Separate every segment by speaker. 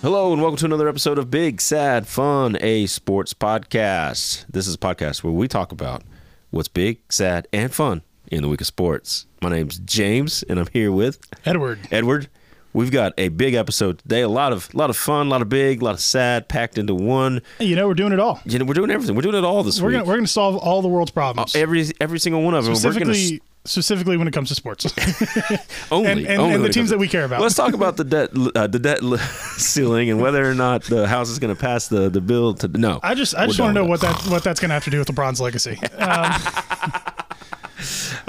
Speaker 1: Hello, and welcome to another episode of Big Sad Fun, a sports podcast. This is a podcast where we talk about what's big, sad, and fun in the week of sports. My name's James, and I'm here with
Speaker 2: Edward.
Speaker 1: Edward. We've got a big episode today. A lot of lot of fun, a lot of big, a lot of sad, packed into one.
Speaker 2: Hey, you know we're doing it all.
Speaker 1: You know, we're doing everything. We're doing it all this
Speaker 2: We're
Speaker 1: week.
Speaker 2: gonna we're gonna solve all the world's problems.
Speaker 1: every every single one of them. Oh, We're gonna
Speaker 2: specifically specifically when it comes to sports.
Speaker 1: only
Speaker 2: and- and
Speaker 1: only
Speaker 2: the
Speaker 1: when it
Speaker 2: teams
Speaker 1: comes-
Speaker 2: that we care about.
Speaker 1: Let's talk about the debt uh, the debt li- ceiling and whether or not the house is going to pass the the bill. To no,
Speaker 2: I just I
Speaker 1: We're
Speaker 2: just
Speaker 1: done
Speaker 2: want to know
Speaker 1: with
Speaker 2: what that what that's gonna have to do with LeBron's legacy. Um,
Speaker 1: that.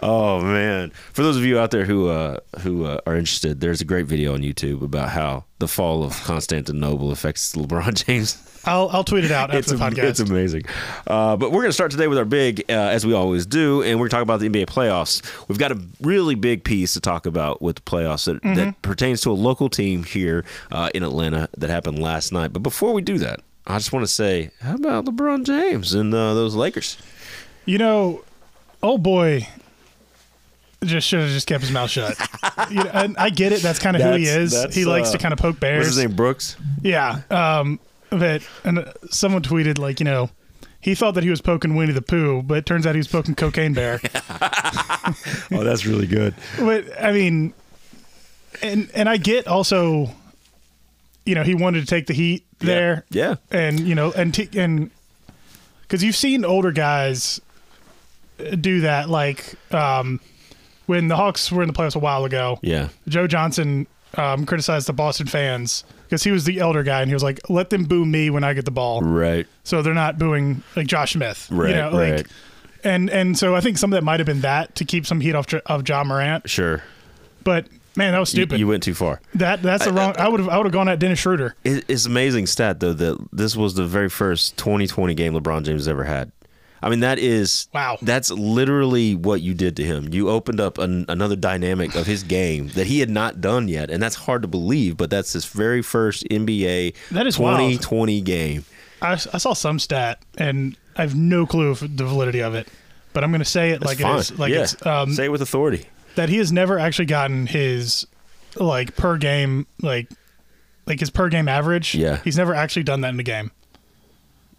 Speaker 1: Oh man! For those of you out there who uh, who uh, are interested, there's a great video on YouTube about how the fall of Constantinople affects LeBron James.
Speaker 2: I'll I'll tweet it out after
Speaker 1: it's,
Speaker 2: the
Speaker 1: am-
Speaker 2: podcast.
Speaker 1: it's amazing. Uh, but we're going to start today with our big, uh, as we always do, and we're talking about the NBA playoffs. We've got a really big piece to talk about with the playoffs that,
Speaker 2: Mm-hmm.
Speaker 1: that pertains to a local team here uh, in Atlanta that happened last night. But before we do that, I just want to say, how about LeBron James and uh, those Lakers?
Speaker 2: You know, oh boy, just should have just kept his mouth shut. you know, and I get it. That's kind of who he
Speaker 1: That's-
Speaker 2: is.
Speaker 1: that's,
Speaker 2: He likes
Speaker 1: uh,
Speaker 2: to kind of poke
Speaker 1: What's his
Speaker 2: bears.
Speaker 1: name, Brooks?
Speaker 2: Yeah. Um. But and uh, someone tweeted like you know. He thought that he was poking Winnie the Pooh, but it turns out he was poking Cocaine Bear.
Speaker 1: Oh, that's really good.
Speaker 2: but I mean, and and I get also, you know, he wanted to take the heat there,
Speaker 1: Yeah.
Speaker 2: and you know, and t- and because you've seen older guys do that, like um, when the Hawks were in the playoffs a while ago.
Speaker 1: Yeah.
Speaker 2: Joe Johnson um, criticized the Boston fans because he was the elder guy, and he was like, "Let them boo me when I get the ball."
Speaker 1: Right.
Speaker 2: so they're not booing like Josh Smith,
Speaker 1: Right,
Speaker 2: You know, like,
Speaker 1: right.
Speaker 2: and and so I think some of that might have been that to keep some heat off J- of John Morant,
Speaker 1: Sure.
Speaker 2: but man, that was
Speaker 1: You,
Speaker 2: stupid.
Speaker 1: you went too far.
Speaker 2: that that's the wrong. I would have I would have gone at Dennis Schroeder.
Speaker 1: It, it's an amazing stat though that this was the very first 2020 game LeBron James ever had. I mean that is
Speaker 2: Wow.
Speaker 1: That's literally what you did to him. You opened up an, another dynamic of his game that he had not done yet, and that's hard to believe. But that's his very first NBA
Speaker 2: That is wild.
Speaker 1: 2020 game.
Speaker 2: I, I saw some stat and I have no clue of the validity of it, but I'm going to say it like
Speaker 1: Fine.
Speaker 2: it is. Like
Speaker 1: yeah.
Speaker 2: it's um,
Speaker 1: Say it with authority.
Speaker 2: that he has never actually gotten his like per game like like his per game average.
Speaker 1: Yeah.
Speaker 2: he's never actually done that in a game.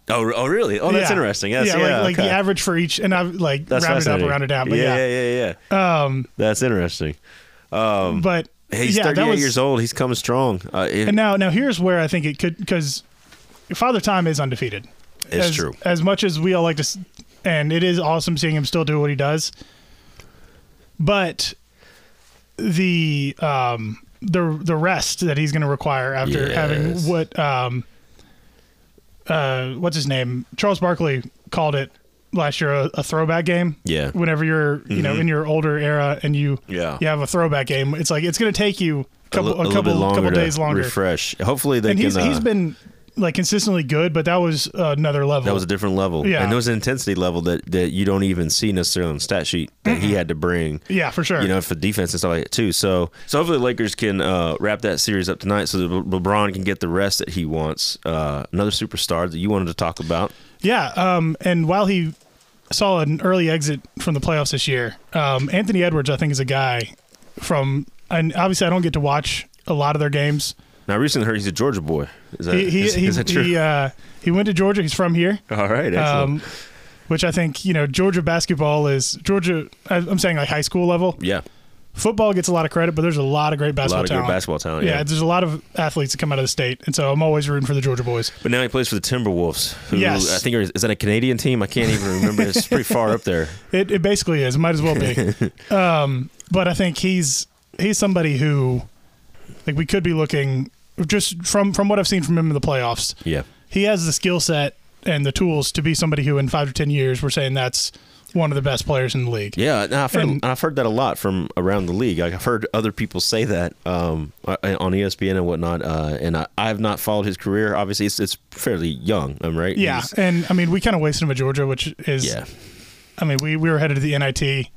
Speaker 1: Oh, re- oh, really? Oh, that's
Speaker 2: Yeah.
Speaker 1: interesting. That's, yeah,
Speaker 2: yeah, like, like
Speaker 1: okay.
Speaker 2: the average for each, and I've like
Speaker 1: That's
Speaker 2: rounded up,
Speaker 1: fascinating.
Speaker 2: rounded down, but
Speaker 1: yeah,
Speaker 2: yeah, Um,
Speaker 1: yeah, yeah. yeah. that's interesting.
Speaker 2: but
Speaker 1: He's
Speaker 2: yeah, that
Speaker 1: 38
Speaker 2: was-
Speaker 1: years old. He's coming strong. Uh, it-
Speaker 2: And now, now here's where I think it could because Father Time is undefeated.
Speaker 1: It's
Speaker 2: as,
Speaker 1: true.
Speaker 2: As much as we all like to, s- and it is awesome seeing him still do what he does. But the um the the rest that he's going to require after having
Speaker 1: Yes.
Speaker 2: what um uh what's his name Charles Barkley called it last year a, a throwback game.
Speaker 1: Yeah. Mm-hmm.
Speaker 2: Whenever you're you know in your older era and you
Speaker 1: Yeah.
Speaker 2: you have a throwback game, it's like it's going to take you.
Speaker 1: a
Speaker 2: Couple,
Speaker 1: li- a
Speaker 2: a
Speaker 1: little
Speaker 2: couple,
Speaker 1: bit longer
Speaker 2: couple
Speaker 1: to
Speaker 2: days longer.
Speaker 1: Refresh. Hopefully they
Speaker 2: and
Speaker 1: can.
Speaker 2: he's
Speaker 1: uh,
Speaker 2: he's been like consistently good, but that was another level.
Speaker 1: that was a different level.
Speaker 2: Yeah.
Speaker 1: and there was an intensity level that that you don't even see necessarily on the stat sheet that he had to bring.
Speaker 2: yeah, for sure.
Speaker 1: You know, for defense and stuff like that too. So, so hopefully the Lakers can uh, wrap that series up tonight, so that Le- LeBron can get the rest that he wants. Uh, another superstar that you wanted to talk about.
Speaker 2: yeah, um, and while he saw an early exit from the playoffs this year, um, Anthony Edwards, I think, is a guy from, and obviously I don't get to watch a lot of their games.
Speaker 1: Now, I recently heard he's a Georgia boy. Is that,
Speaker 2: He he
Speaker 1: Uh, is,
Speaker 2: he,
Speaker 1: is that true?
Speaker 2: he, uh, he went to Georgia. He's from here.
Speaker 1: All right, excellent.
Speaker 2: Um, which I think you know Georgia basketball is Georgia. I- I'm saying like high school level.
Speaker 1: yeah,
Speaker 2: Football gets a lot of credit, but there's a lot of great
Speaker 1: a
Speaker 2: basketball
Speaker 1: lot of
Speaker 2: talent.
Speaker 1: good basketball talent.
Speaker 2: yeah,
Speaker 1: Yeah,
Speaker 2: there's a lot of athletes that come out of the state, and so I'm always rooting for the Georgia boys.
Speaker 1: but now he plays for the Timberwolves. Who
Speaker 2: Yes.
Speaker 1: I think are, is that a Canadian team? I can't even remember. It's pretty far up there.
Speaker 2: It, it basically is. It might as well be. um, but I think he's he's somebody who, like, we could be looking just from from what I've seen from him in the playoffs.
Speaker 1: Yeah.
Speaker 2: He has the skill set and the tools to be somebody who, in five to ten years, we're saying that's one of the best players in the league.
Speaker 1: Yeah, no, I've heard
Speaker 2: And-
Speaker 1: I've heard that a lot from around the league. Like, I've heard other people say that um, uh, on ESPN and whatnot. Uh, and I, I've not followed his career. Obviously, it's it's fairly young. I'm right.
Speaker 2: Yeah,
Speaker 1: He's-
Speaker 2: and I mean, we kind of wasted him at Georgia, which is,
Speaker 1: yeah.
Speaker 2: I mean, we, we were headed to the NIT.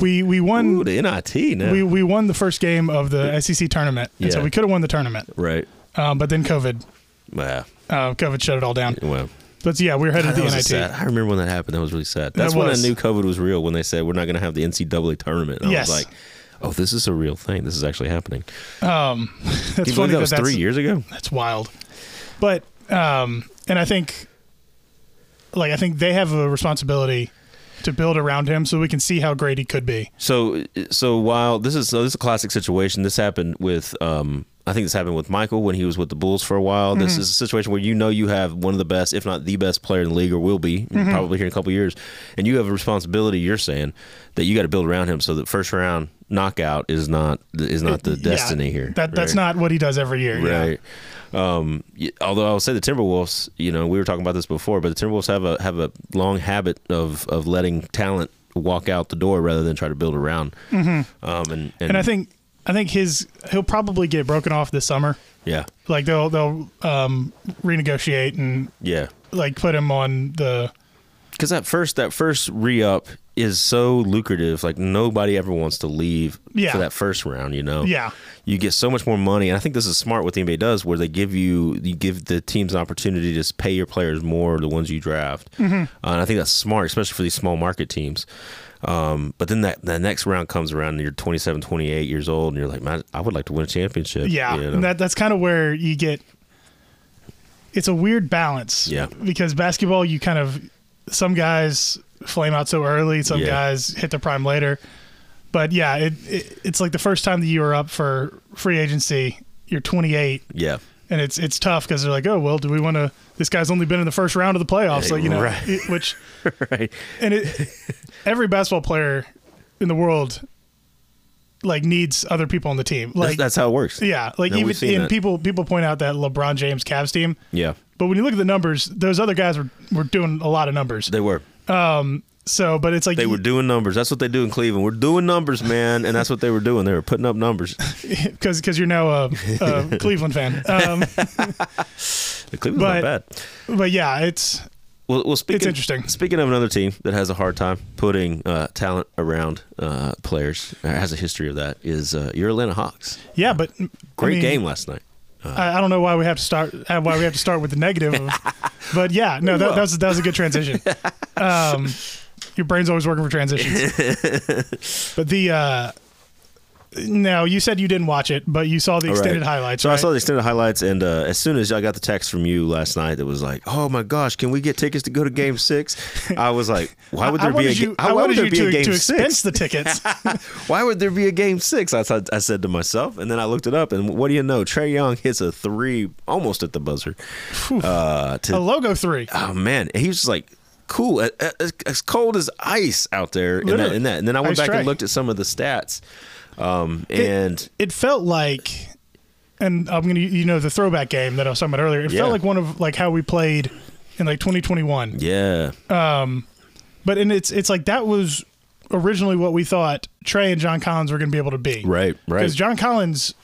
Speaker 2: we we won
Speaker 1: Ooh, the NIT now.
Speaker 2: we, we won the first game of the SEC tournament, and so
Speaker 1: Yeah.
Speaker 2: we could have won the tournament,
Speaker 1: right.
Speaker 2: um, but then COVID
Speaker 1: Yeah.
Speaker 2: uh, COVID shut it all down.
Speaker 1: Well.
Speaker 2: But yeah, we were headed
Speaker 1: That
Speaker 2: to the
Speaker 1: was a
Speaker 2: NIT.
Speaker 1: sad- I remember when that happened. That was really sad. That's when I
Speaker 2: was.
Speaker 1: knew COVID was real. When they said we're not going to have the NCAA tournament. I
Speaker 2: Yes.
Speaker 1: was like, oh, this is a real thing. This is actually happening. Can
Speaker 2: Um, that's
Speaker 1: you believe
Speaker 2: funny.
Speaker 1: that
Speaker 2: that
Speaker 1: was
Speaker 2: that's,
Speaker 1: three years ago?
Speaker 2: That's wild. But um, and I think, like I think they have a responsibility to build around him so we can see how great he could be.
Speaker 1: So so while this is so this is a classic situation, this happened with um I think this happened with Michael when he was with the Bulls for a while. This
Speaker 2: Mm-hmm.
Speaker 1: is a situation where you know you have one of the best, if not the best player in the league, or will be
Speaker 2: Mm-hmm.
Speaker 1: probably here in a couple years, and you have a responsibility. You're saying that you got to build around him so that first round knockout is not is not the
Speaker 2: Yeah,
Speaker 1: destiny here.
Speaker 2: That that's
Speaker 1: right?
Speaker 2: not what he does every year. Yeah.
Speaker 1: Right. Um, y- although I would say the Timberwolves, you know, we were talking about this before, but the Timberwolves have a have a long habit of of letting talent walk out the door rather than try to build around. Um, and, and
Speaker 2: Mm-hmm. And I think I think his he'll probably get broken off this summer.
Speaker 1: yeah,
Speaker 2: Like they'll they'll um, renegotiate and
Speaker 1: yeah,
Speaker 2: like put him on the
Speaker 1: because that first that first re up is so lucrative. Like nobody ever wants to leave
Speaker 2: Yeah.
Speaker 1: for that first round. You know.
Speaker 2: yeah
Speaker 1: You get so much more money, and I think this is smart what the NBA does, where they give you you give the teams an opportunity to just pay your players more, the ones you draft,
Speaker 2: Mm-hmm.
Speaker 1: Uh, and I think that's smart, especially for these small market teams. Um, but then that the next round comes around, and you're 27, 28 years old, and you're like, man, I would like to win a championship.
Speaker 2: yeah.
Speaker 1: you know?
Speaker 2: And that that's kind of where you get. It's a weird balance.
Speaker 1: Yeah.
Speaker 2: Because basketball, you kind of some guys flame out so early, some
Speaker 1: Yeah.
Speaker 2: guys hit their prime later. But yeah, it, it it's like the first time that you are up for free agency, you're 28,
Speaker 1: yeah.
Speaker 2: and it's it's tough because they're like, oh well, do we want to? This guy's only been in the first round of the playoffs, like you know,
Speaker 1: Right.
Speaker 2: it- which
Speaker 1: right.
Speaker 2: and it, every basketball player in the world like needs other people on the team.
Speaker 1: That's,
Speaker 2: Like
Speaker 1: that's how it works.
Speaker 2: yeah, like
Speaker 1: No, we've
Speaker 2: even
Speaker 1: seen
Speaker 2: and
Speaker 1: that.
Speaker 2: people people point out that LeBron James Cavs team,
Speaker 1: Yeah.
Speaker 2: but when you look at the numbers, those other guys were were doing a lot of numbers.
Speaker 1: They were.
Speaker 2: So, but it's like
Speaker 1: They
Speaker 2: you-
Speaker 1: were doing numbers. That's what they do in Cleveland. We're doing numbers, man, and that's what they were doing. They were putting up numbers.
Speaker 2: because because you're now a, a Cleveland fan. Um,
Speaker 1: Cleveland's not
Speaker 2: But-
Speaker 1: bad.
Speaker 2: but yeah, it's
Speaker 1: Well, well speaking,
Speaker 2: interesting.
Speaker 1: Speaking of another team that has a hard time putting uh, talent around uh, players, or has a history of that, is uh, your Atlanta Hawks.
Speaker 2: yeah, but I
Speaker 1: Great
Speaker 2: mean,
Speaker 1: game last night.
Speaker 2: I, I don't know why we have to start uh, why we have to start with the negative, of, but yeah, no, that, that was that was a good transition. Um, your brain's always working for transitions. but the uh, no, you said you didn't watch it, but you saw the extended
Speaker 1: Right.
Speaker 2: highlights.
Speaker 1: So I
Speaker 2: right?
Speaker 1: saw the extended highlights, and uh, as soon as I got the text from you last night that was like, "Oh my gosh, can we get tickets to go to Game 6? I was like, "Why would
Speaker 2: I
Speaker 1: there be a
Speaker 2: wanted
Speaker 1: ga-
Speaker 2: you,
Speaker 1: how- why
Speaker 2: I
Speaker 1: would
Speaker 2: wanted
Speaker 1: there
Speaker 2: you
Speaker 1: be a
Speaker 2: to,
Speaker 1: Game
Speaker 2: to
Speaker 1: Six?
Speaker 2: expense the tickets.
Speaker 1: Why would there be a Game Six? I thought I said to myself, and then I looked it up, and what do you know? Trey Young hits a three almost at the buzzer uh, to
Speaker 2: a logo three.
Speaker 1: oh man, he was just like cool, a- a- as, as cold as ice out there in that,
Speaker 2: Literally.
Speaker 1: in that. And then I went
Speaker 2: Ice
Speaker 1: back
Speaker 2: tray.
Speaker 1: and looked at some of the stats, um, and
Speaker 2: It felt like, and I'm gonna you know the throwback game that I was talking about earlier. It
Speaker 1: Yeah.
Speaker 2: felt like one of like how we played in like 2021.
Speaker 1: yeah,
Speaker 2: But and it's it's like that was originally what we thought Trey and John Collins were going to be able to be.
Speaker 1: Right, right.
Speaker 2: Because John Collins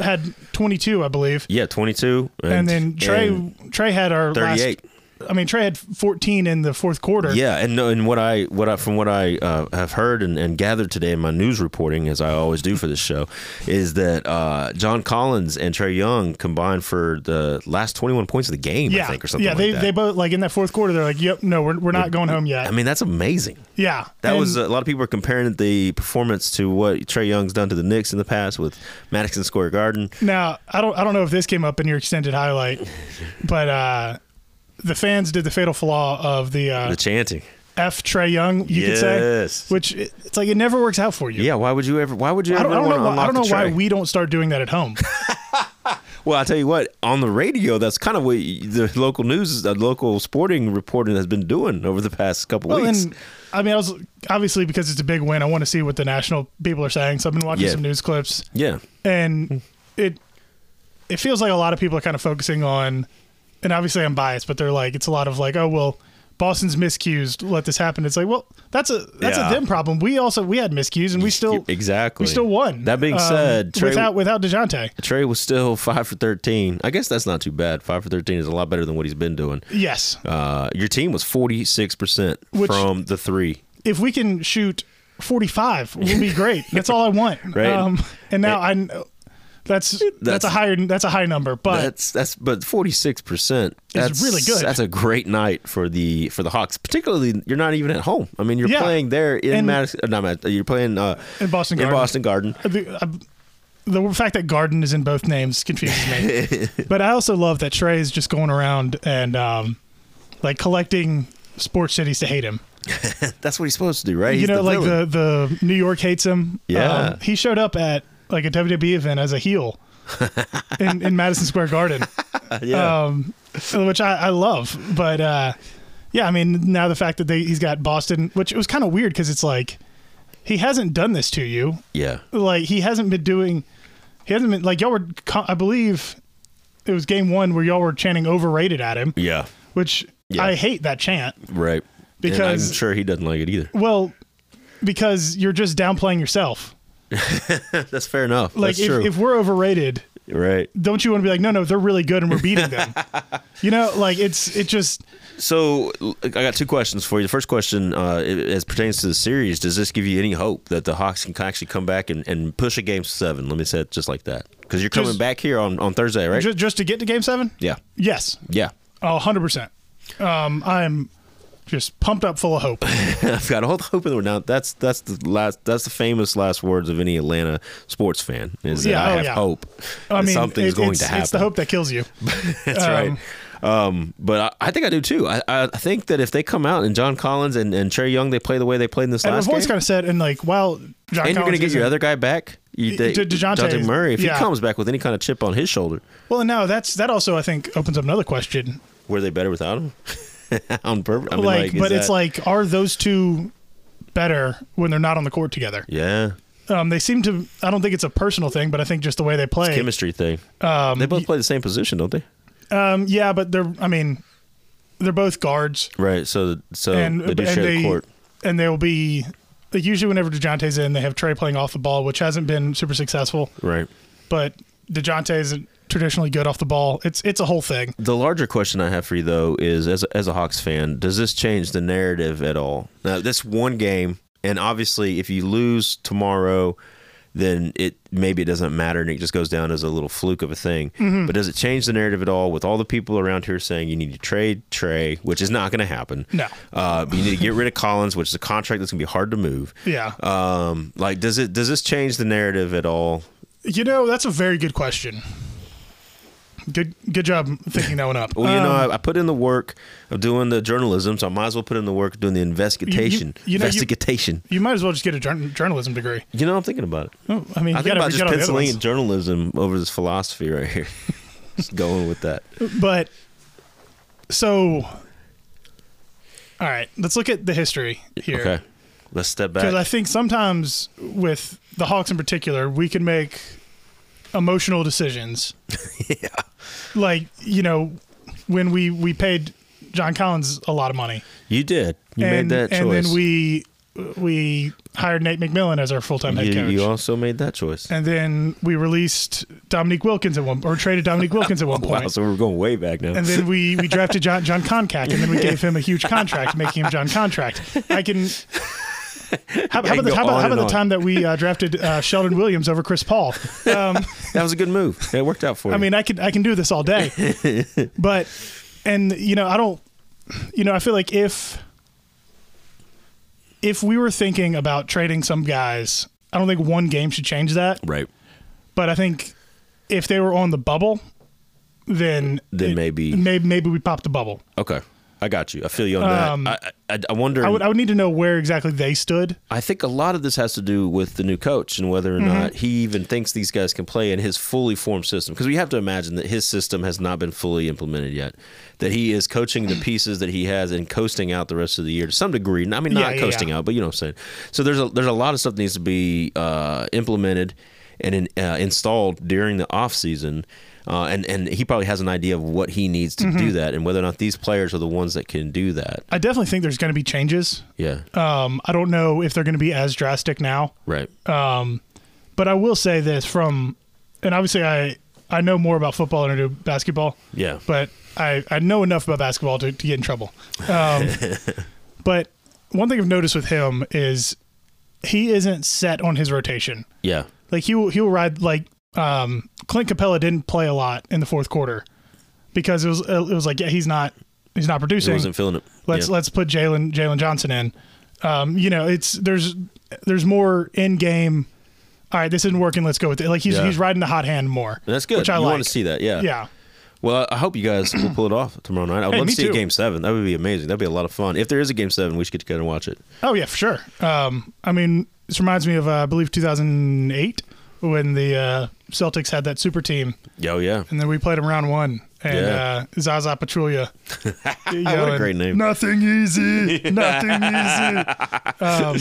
Speaker 2: had 22, I believe,
Speaker 1: yeah, twenty two,
Speaker 2: and, then Trey
Speaker 1: and
Speaker 2: Trey had our
Speaker 1: 38.
Speaker 2: last. I mean, Trey had 14 in the fourth quarter.
Speaker 1: yeah, and no, and what I what I from what I uh, have heard and, and gathered today in my news reporting, as I always do for this show, is that uh, John Collins and Trey Young combined for the last twenty one points of the game,
Speaker 2: Yeah,
Speaker 1: I think, or something.
Speaker 2: yeah, they
Speaker 1: like that.
Speaker 2: they both like in that fourth quarter. They're like, "Yep, no, we're, we're not going home yet."
Speaker 1: I mean, that's amazing.
Speaker 2: yeah,
Speaker 1: That
Speaker 2: And-
Speaker 1: was uh, a lot of people are comparing the performance to what Trey Young's done to the Knicks in the past with Madison Square Garden.
Speaker 2: Now, I don't I don't know if this came up in your extended highlight, but uh the fans did the fatal flaw of the uh,
Speaker 1: The chanting.
Speaker 2: F Trey Young, you could say,
Speaker 1: Yes.
Speaker 2: which it- it's like it never works out for you.
Speaker 1: Yeah, why would you ever? Why would you
Speaker 2: I
Speaker 1: ever
Speaker 2: don't, I don't
Speaker 1: want
Speaker 2: know.
Speaker 1: to
Speaker 2: Why, I
Speaker 1: unlock
Speaker 2: don't know
Speaker 1: the
Speaker 2: why
Speaker 1: Trey?
Speaker 2: we don't start doing that at home.
Speaker 1: Well, I tell you what, on the radio, that's kind of what you- the local news, the local sporting reporting has been doing over the past couple
Speaker 2: well,
Speaker 1: weeks.
Speaker 2: and I mean, I was obviously because it's a big win. I want to see what the national people are saying, so I've been watching
Speaker 1: Yeah.
Speaker 2: some news clips,
Speaker 1: yeah, Hmm.
Speaker 2: and it it feels like a lot of people are kind of focusing on, and obviously I'm biased, but they're like it's a lot of like, oh well, Boston's miscued, let this happen. It's like, well, that's a that's
Speaker 1: Yeah.
Speaker 2: a them problem. We also we had miscues, and we still
Speaker 1: exactly.
Speaker 2: we still won.
Speaker 1: That being
Speaker 2: um,
Speaker 1: said, Trey,
Speaker 2: without without Dejounte,
Speaker 1: Trey was still five for thirteen. I guess that's not too bad. Five for thirteen is a lot better than what he's been doing.
Speaker 2: yes,
Speaker 1: Uh, your team was forty six percent
Speaker 2: Which-
Speaker 1: from the three.
Speaker 2: if we can shoot 45 we'll be great that's all i want
Speaker 1: Right.
Speaker 2: um, and now i That's, that's
Speaker 1: That's-
Speaker 2: a higher that's a high number, but
Speaker 1: that's that's but forty six percent. That's
Speaker 2: really good.
Speaker 1: That's a great night for the for the Hawks. Particularly, you're not even at home. I mean, you're
Speaker 2: Yeah.
Speaker 1: playing there in
Speaker 2: And-
Speaker 1: Madison. uh, Not Madison. You're playing uh,
Speaker 2: In Boston
Speaker 1: In
Speaker 2: Garden.
Speaker 1: Boston Garden.
Speaker 2: the, uh, the fact that Garden is in both names confuses me. but I also love that Trey is just going around and um, like collecting sports cities to hate him.
Speaker 1: That's what he's supposed to do, right?
Speaker 2: you
Speaker 1: He's
Speaker 2: know, like
Speaker 1: villain.
Speaker 2: the the New York hates him. Um,
Speaker 1: Yeah.
Speaker 2: he showed up at like a WWE event as a heel in, in Madison Square Garden,
Speaker 1: yeah.
Speaker 2: um, which I, I love. But uh, yeah, I mean, now the fact that they, he's got Boston, which it was kind of weird because it's like he hasn't done this to you.
Speaker 1: yeah.
Speaker 2: Like he hasn't been doing. He hasn't been like y'all were. co- I believe it was game one where y'all were chanting overrated at him,
Speaker 1: Yeah.
Speaker 2: which
Speaker 1: Yeah.
Speaker 2: I hate that chant.
Speaker 1: Right. and I'm
Speaker 2: Because-
Speaker 1: sure he doesn't like it either.
Speaker 2: Well, because you're just downplaying yourself.
Speaker 1: That's fair enough.
Speaker 2: like
Speaker 1: That's
Speaker 2: if,
Speaker 1: true.
Speaker 2: if we're overrated
Speaker 1: right.
Speaker 2: don't you want to be like no no they're really good and we're beating them you know like it's it just
Speaker 1: So l- I got two questions for you. The first question, uh, i- as pertains to the series, does this give you any hope that the Hawks can actually come back and, and push a game seven? Let me say it just like that, because you're coming
Speaker 2: Just-
Speaker 1: back here on, on Thursday, right?
Speaker 2: just, just to get to game seven
Speaker 1: yeah,
Speaker 2: yes
Speaker 1: yeah.
Speaker 2: oh, 100% um, i'm just pumped up full of hope
Speaker 1: I've got all the hope in the world. Now that's that's the last that's the famous last words of any Atlanta sports fan is that
Speaker 2: Yeah,
Speaker 1: I
Speaker 2: oh,
Speaker 1: have
Speaker 2: yeah.
Speaker 1: hope.
Speaker 2: i
Speaker 1: that
Speaker 2: mean
Speaker 1: something's
Speaker 2: it-
Speaker 1: going
Speaker 2: it's,
Speaker 1: to happen.
Speaker 2: it's the hope that kills you
Speaker 1: That's right. Um, but I, I think I do too. I, I I think that if they come out and John Collins and, and Trey Young, they play the way they played in this
Speaker 2: and
Speaker 1: last
Speaker 2: i've
Speaker 1: game,
Speaker 2: always kind of said and like while John
Speaker 1: and you're going to
Speaker 2: Collins
Speaker 1: get your
Speaker 2: isn't-
Speaker 1: other guy back, you, they,
Speaker 2: De- DeJounte
Speaker 1: DeJounte
Speaker 2: is-
Speaker 1: Murray, if
Speaker 2: yeah.
Speaker 1: he comes back with any kind of chip on his shoulder,
Speaker 2: well and now that's that also i think opens up another question
Speaker 1: were they better without him? on purpose, I mean,
Speaker 2: like,
Speaker 1: like, is
Speaker 2: but it's
Speaker 1: that-
Speaker 2: like are those two better when they're not on the court together
Speaker 1: yeah,
Speaker 2: um, they seem to i don't think it's a personal thing but i think just the way they play
Speaker 1: chemistry thing. Um, they both play the same position, don't they?
Speaker 2: Um, yeah, but they're. I mean, they're both guards,
Speaker 1: Right. So so
Speaker 2: and
Speaker 1: Oh, they do
Speaker 2: and
Speaker 1: share
Speaker 2: they
Speaker 1: the court.
Speaker 2: and they will be like usually whenever Dejounte's in, they have Trey playing off the ball, which hasn't been super successful.
Speaker 1: Right.
Speaker 2: But Dejounte isn't traditionally good off the ball. It's it's a whole thing.
Speaker 1: The larger question I have for you though is, as a, as a Hawks fan, does this change the narrative at all? Now, this one game, and obviously, if you lose tomorrow, then it maybe it doesn't matter, and it just goes down as a little fluke of a thing.
Speaker 2: Mm-hmm.
Speaker 1: But does it change the narrative at all with all the people around here saying you need to trade Trey, which is not going to happen?
Speaker 2: No.
Speaker 1: Uh, but you need to get rid of Collins, which is a contract that's going to be hard to move.
Speaker 2: Yeah,
Speaker 1: Um, like, does it does this change the narrative at all?
Speaker 2: you know that's a very good question. Good good job thinking that one up.
Speaker 1: Well, you know,
Speaker 2: Um,
Speaker 1: I, I put in the work of doing the journalism, so I might as well put in the work of doing the investigation.
Speaker 2: you know, you-
Speaker 1: investigation.
Speaker 2: you might as well just get a jour- journalism degree.
Speaker 1: You, know, I'm thinking about it.
Speaker 2: Oh, I mean,
Speaker 1: I
Speaker 2: you
Speaker 1: think
Speaker 2: gotta
Speaker 1: about
Speaker 2: forget
Speaker 1: just
Speaker 2: all the other
Speaker 1: penciling
Speaker 2: ones.
Speaker 1: in journalism over this philosophy right here. just going with that.
Speaker 2: But so, all right, let's look at the history here.
Speaker 1: Okay, let's step back.
Speaker 2: Because I think sometimes with the Hawks in particular, we can make emotional decisions. yeah. Like, you know, when we we paid John Collins a lot of money.
Speaker 1: you did. You
Speaker 2: and,
Speaker 1: made that
Speaker 2: and
Speaker 1: choice.
Speaker 2: then we we hired Nate McMillan as our full-time head
Speaker 1: you,
Speaker 2: coach.
Speaker 1: you also made that choice.
Speaker 2: and then we released Dominique Wilkins at one or traded Dominique Wilkins at one point.
Speaker 1: Wow, so we're going way back now.
Speaker 2: And then we, we drafted John John Concack, and then we gave him a huge contract, making him John Contract. I can. How, how
Speaker 1: can
Speaker 2: about, the,
Speaker 1: go
Speaker 2: how about,
Speaker 1: on
Speaker 2: how about
Speaker 1: and
Speaker 2: the
Speaker 1: on.
Speaker 2: time that we uh, drafted uh, Sheldon Williams over Chris Paul? Um,
Speaker 1: that was a good move. It worked out for you.
Speaker 2: I mean, I can I can do this all day, but and you know I don't, you know I feel like if if we were thinking about trading some guys, I don't think one game should change that.
Speaker 1: right.
Speaker 2: But I think if they were on the bubble, then
Speaker 1: Then maybe-
Speaker 2: maybe maybe we pop the bubble.
Speaker 1: Okay, I got you. I feel you on
Speaker 2: Um,
Speaker 1: that. I, I, I wonder.
Speaker 2: I would, I would need to know where exactly they stood.
Speaker 1: I think a lot of this has to do with the new coach and whether or
Speaker 2: Mm-hmm.
Speaker 1: not he even thinks these guys can play in his fully formed system. Because we have to imagine that his system has not been fully implemented yet. That he is coaching
Speaker 2: Mm.
Speaker 1: the pieces that he has and coasting out the rest of the year to some degree. I mean,
Speaker 2: Yeah,
Speaker 1: not
Speaker 2: yeah,
Speaker 1: coasting
Speaker 2: yeah.
Speaker 1: out, but you know what I'm saying. So there's a there's a lot of stuff that needs to be uh, implemented and in, uh, installed during the off season. Uh, and and he probably has an idea of what he needs to
Speaker 2: Mm-hmm.
Speaker 1: do that, and whether or not these players are the ones that can do that.
Speaker 2: I definitely think there's going to be changes.
Speaker 1: Yeah,
Speaker 2: Um, I don't know if they're going to be as drastic now, Um,
Speaker 1: right.
Speaker 2: but I will say this from, and obviously I I know more about football than I do basketball,
Speaker 1: yeah,
Speaker 2: but I, I know enough about basketball to, to get in trouble. Um, but one thing I've noticed with him is he isn't set on his rotation.
Speaker 1: yeah.
Speaker 2: Like he will, he will ride like um, Clint Capella didn't play a lot in the fourth quarter because it was it was like yeah he's not he's not
Speaker 1: I
Speaker 2: producing.
Speaker 1: wasn't feeling it.
Speaker 2: let's
Speaker 1: Yeah.
Speaker 2: let's put Jalen Jalen Johnson in. Um, you know, it's there's there's more in game. All right, this isn't working. Let's go with it. Like he's
Speaker 1: Yeah.
Speaker 2: he's riding the hot hand more.
Speaker 1: That's good.
Speaker 2: Which I
Speaker 1: you
Speaker 2: like.
Speaker 1: want to see that, yeah.
Speaker 2: Yeah.
Speaker 1: Well, I hope you guys will pull it off tomorrow night. I would
Speaker 2: Hey,
Speaker 1: love to
Speaker 2: me
Speaker 1: see a
Speaker 2: too.
Speaker 1: game seven. That would be amazing. That'd be a lot of fun. If there is a game seven, we should get together and watch it.
Speaker 2: Oh yeah, for sure. Um, I mean, this reminds me of uh, I believe 2008 when the uh, Celtics had that super team,
Speaker 1: Yo, yeah.
Speaker 2: and then we played them round one. And
Speaker 1: Yeah.
Speaker 2: uh, Zaza Pachulia. yelling,
Speaker 1: great name.
Speaker 2: Nothing easy. Nothing easy. Um,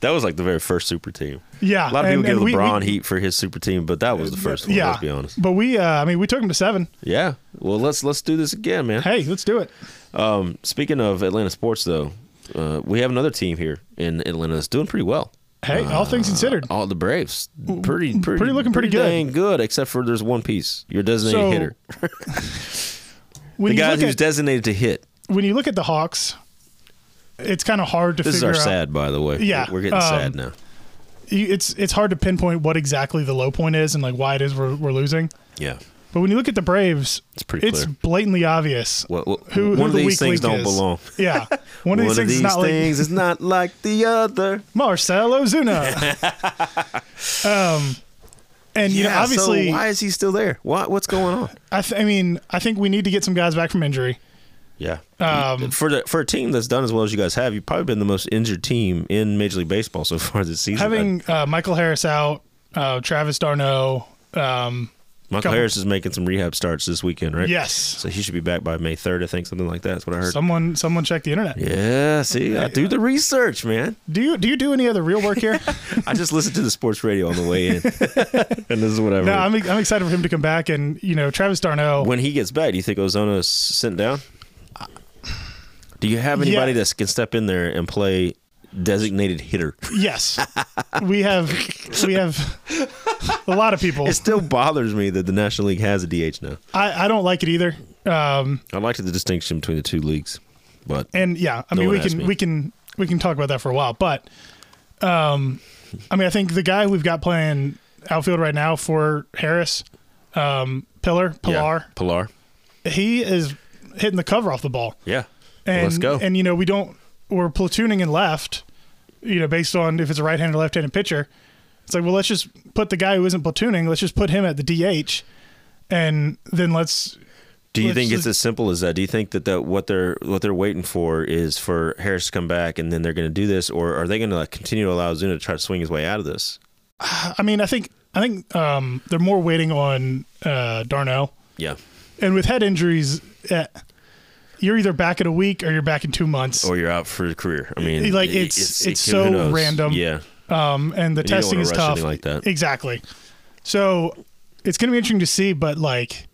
Speaker 1: That was like the very first super team.
Speaker 2: yeah.
Speaker 1: A lot of
Speaker 2: and-
Speaker 1: people
Speaker 2: and we-
Speaker 1: give
Speaker 2: we-
Speaker 1: LeBron heat for his super team, but that was the first one.
Speaker 2: yeah.
Speaker 1: Let's be honest.
Speaker 2: But we, uh, I mean, we took him to seven.
Speaker 1: Yeah. Well, let's let's do this again, man.
Speaker 2: Hey, let's do it.
Speaker 1: Um, speaking of Atlanta sports, though, uh, we have another team here in Atlanta that's doing pretty well.
Speaker 2: Hey, all things
Speaker 1: Uh,
Speaker 2: considered.
Speaker 1: All the Braves, pretty, pretty,
Speaker 2: pretty looking pretty good.
Speaker 1: dang good, except for there's one piece. Your designated
Speaker 2: So,
Speaker 1: hitter,
Speaker 2: When
Speaker 1: the
Speaker 2: you,
Speaker 1: guy
Speaker 2: look
Speaker 1: who's
Speaker 2: at,
Speaker 1: designated to hit.
Speaker 2: when you look at the Hawks, it's kind of hard to
Speaker 1: This is
Speaker 2: figure
Speaker 1: our
Speaker 2: out.
Speaker 1: sad, by the way.
Speaker 2: Yeah,
Speaker 1: we're getting
Speaker 2: um,
Speaker 1: sad now.
Speaker 2: you- it's it's hard to pinpoint what exactly the low point is and like why it is we're, we're losing.
Speaker 1: Yeah,
Speaker 2: But when you look at the Braves,
Speaker 1: It's pretty
Speaker 2: It's
Speaker 1: clear.
Speaker 2: blatantly obvious.
Speaker 1: well, well,
Speaker 2: who,
Speaker 1: one
Speaker 2: who
Speaker 1: of
Speaker 2: the
Speaker 1: these
Speaker 2: weak
Speaker 1: things
Speaker 2: link
Speaker 1: don't
Speaker 2: is.
Speaker 1: belong.
Speaker 2: Yeah, one of these things is not
Speaker 1: things is not like the other.
Speaker 2: like Marcelo Zuna. um, and you know,
Speaker 1: Yeah, so
Speaker 2: obviously,
Speaker 1: why is he still there? What what's going on?
Speaker 2: I, th- I mean, I think we need to get some guys back from injury.
Speaker 1: Yeah.
Speaker 2: Um,
Speaker 1: for the, for a team that's done as well as you guys have, you've probably been the most injured team in Major League Baseball so far this season.
Speaker 2: Having uh, Michael Harris out, uh, Travis Darno. Um,
Speaker 1: Michael
Speaker 2: couple-
Speaker 1: Harris is making some rehab starts this weekend, right?
Speaker 2: yes,
Speaker 1: So he should be back by May 3rd, I think, something like that. That's what I heard.
Speaker 2: someone someone check the internet.
Speaker 1: yeah, see, I do the research, man.
Speaker 2: Do you do you do any other real work here?
Speaker 1: I just listened to the sports radio on the way in, and this is what I heard.
Speaker 2: no, I'm I'm excited for him to come back, and you know, Travis Darno.
Speaker 1: when he gets back, do you think Ozona is sent down? Do you have anybody that can step in there and play designated hitter?
Speaker 2: Yes, we have we have a lot of people.
Speaker 1: It still bothers me that the National League has a DH now.
Speaker 2: I, I don't like it either. Um,
Speaker 1: I like the distinction between the two leagues, but
Speaker 2: and yeah, I mean,
Speaker 1: one
Speaker 2: we
Speaker 1: asked
Speaker 2: can
Speaker 1: me.
Speaker 2: we can we can talk about that for a while, but um, I mean, I think the guy we've got playing outfield right now for Harris, um, Pillar Pilar,
Speaker 1: Yeah, Pilar.
Speaker 2: he is hitting the cover off the ball.
Speaker 1: Yeah.
Speaker 2: And,
Speaker 1: Let's go.
Speaker 2: And you know, we don't we're platooning in left, you know, based on if it's a right-handed or left-handed pitcher. It's like, well, let's just put the guy who isn't platooning, let's just put him at the DH, and then let's
Speaker 1: do you
Speaker 2: let's
Speaker 1: think it's
Speaker 2: just-
Speaker 1: as simple as that? Do you think that, that what they're what they're waiting for is for Harris to come back and then they're going to do this, or are they going to like continue to allow Zuna to try to swing his way out of this?
Speaker 2: I mean, I think I think um, they're more waiting on uh, Darno,
Speaker 1: Yeah.
Speaker 2: and with head injuries, eh, you're either back in a week or you're back in two months.
Speaker 1: Or you're out for the career. I mean,
Speaker 2: Like,
Speaker 1: it-
Speaker 2: it's- it's
Speaker 1: who
Speaker 2: so
Speaker 1: knows?
Speaker 2: random.
Speaker 1: Yeah.
Speaker 2: um, and the
Speaker 1: don't
Speaker 2: testing
Speaker 1: wanna
Speaker 2: is
Speaker 1: rush
Speaker 2: tough.
Speaker 1: anything like that.
Speaker 2: Exactly. So it's going to be interesting to see, but like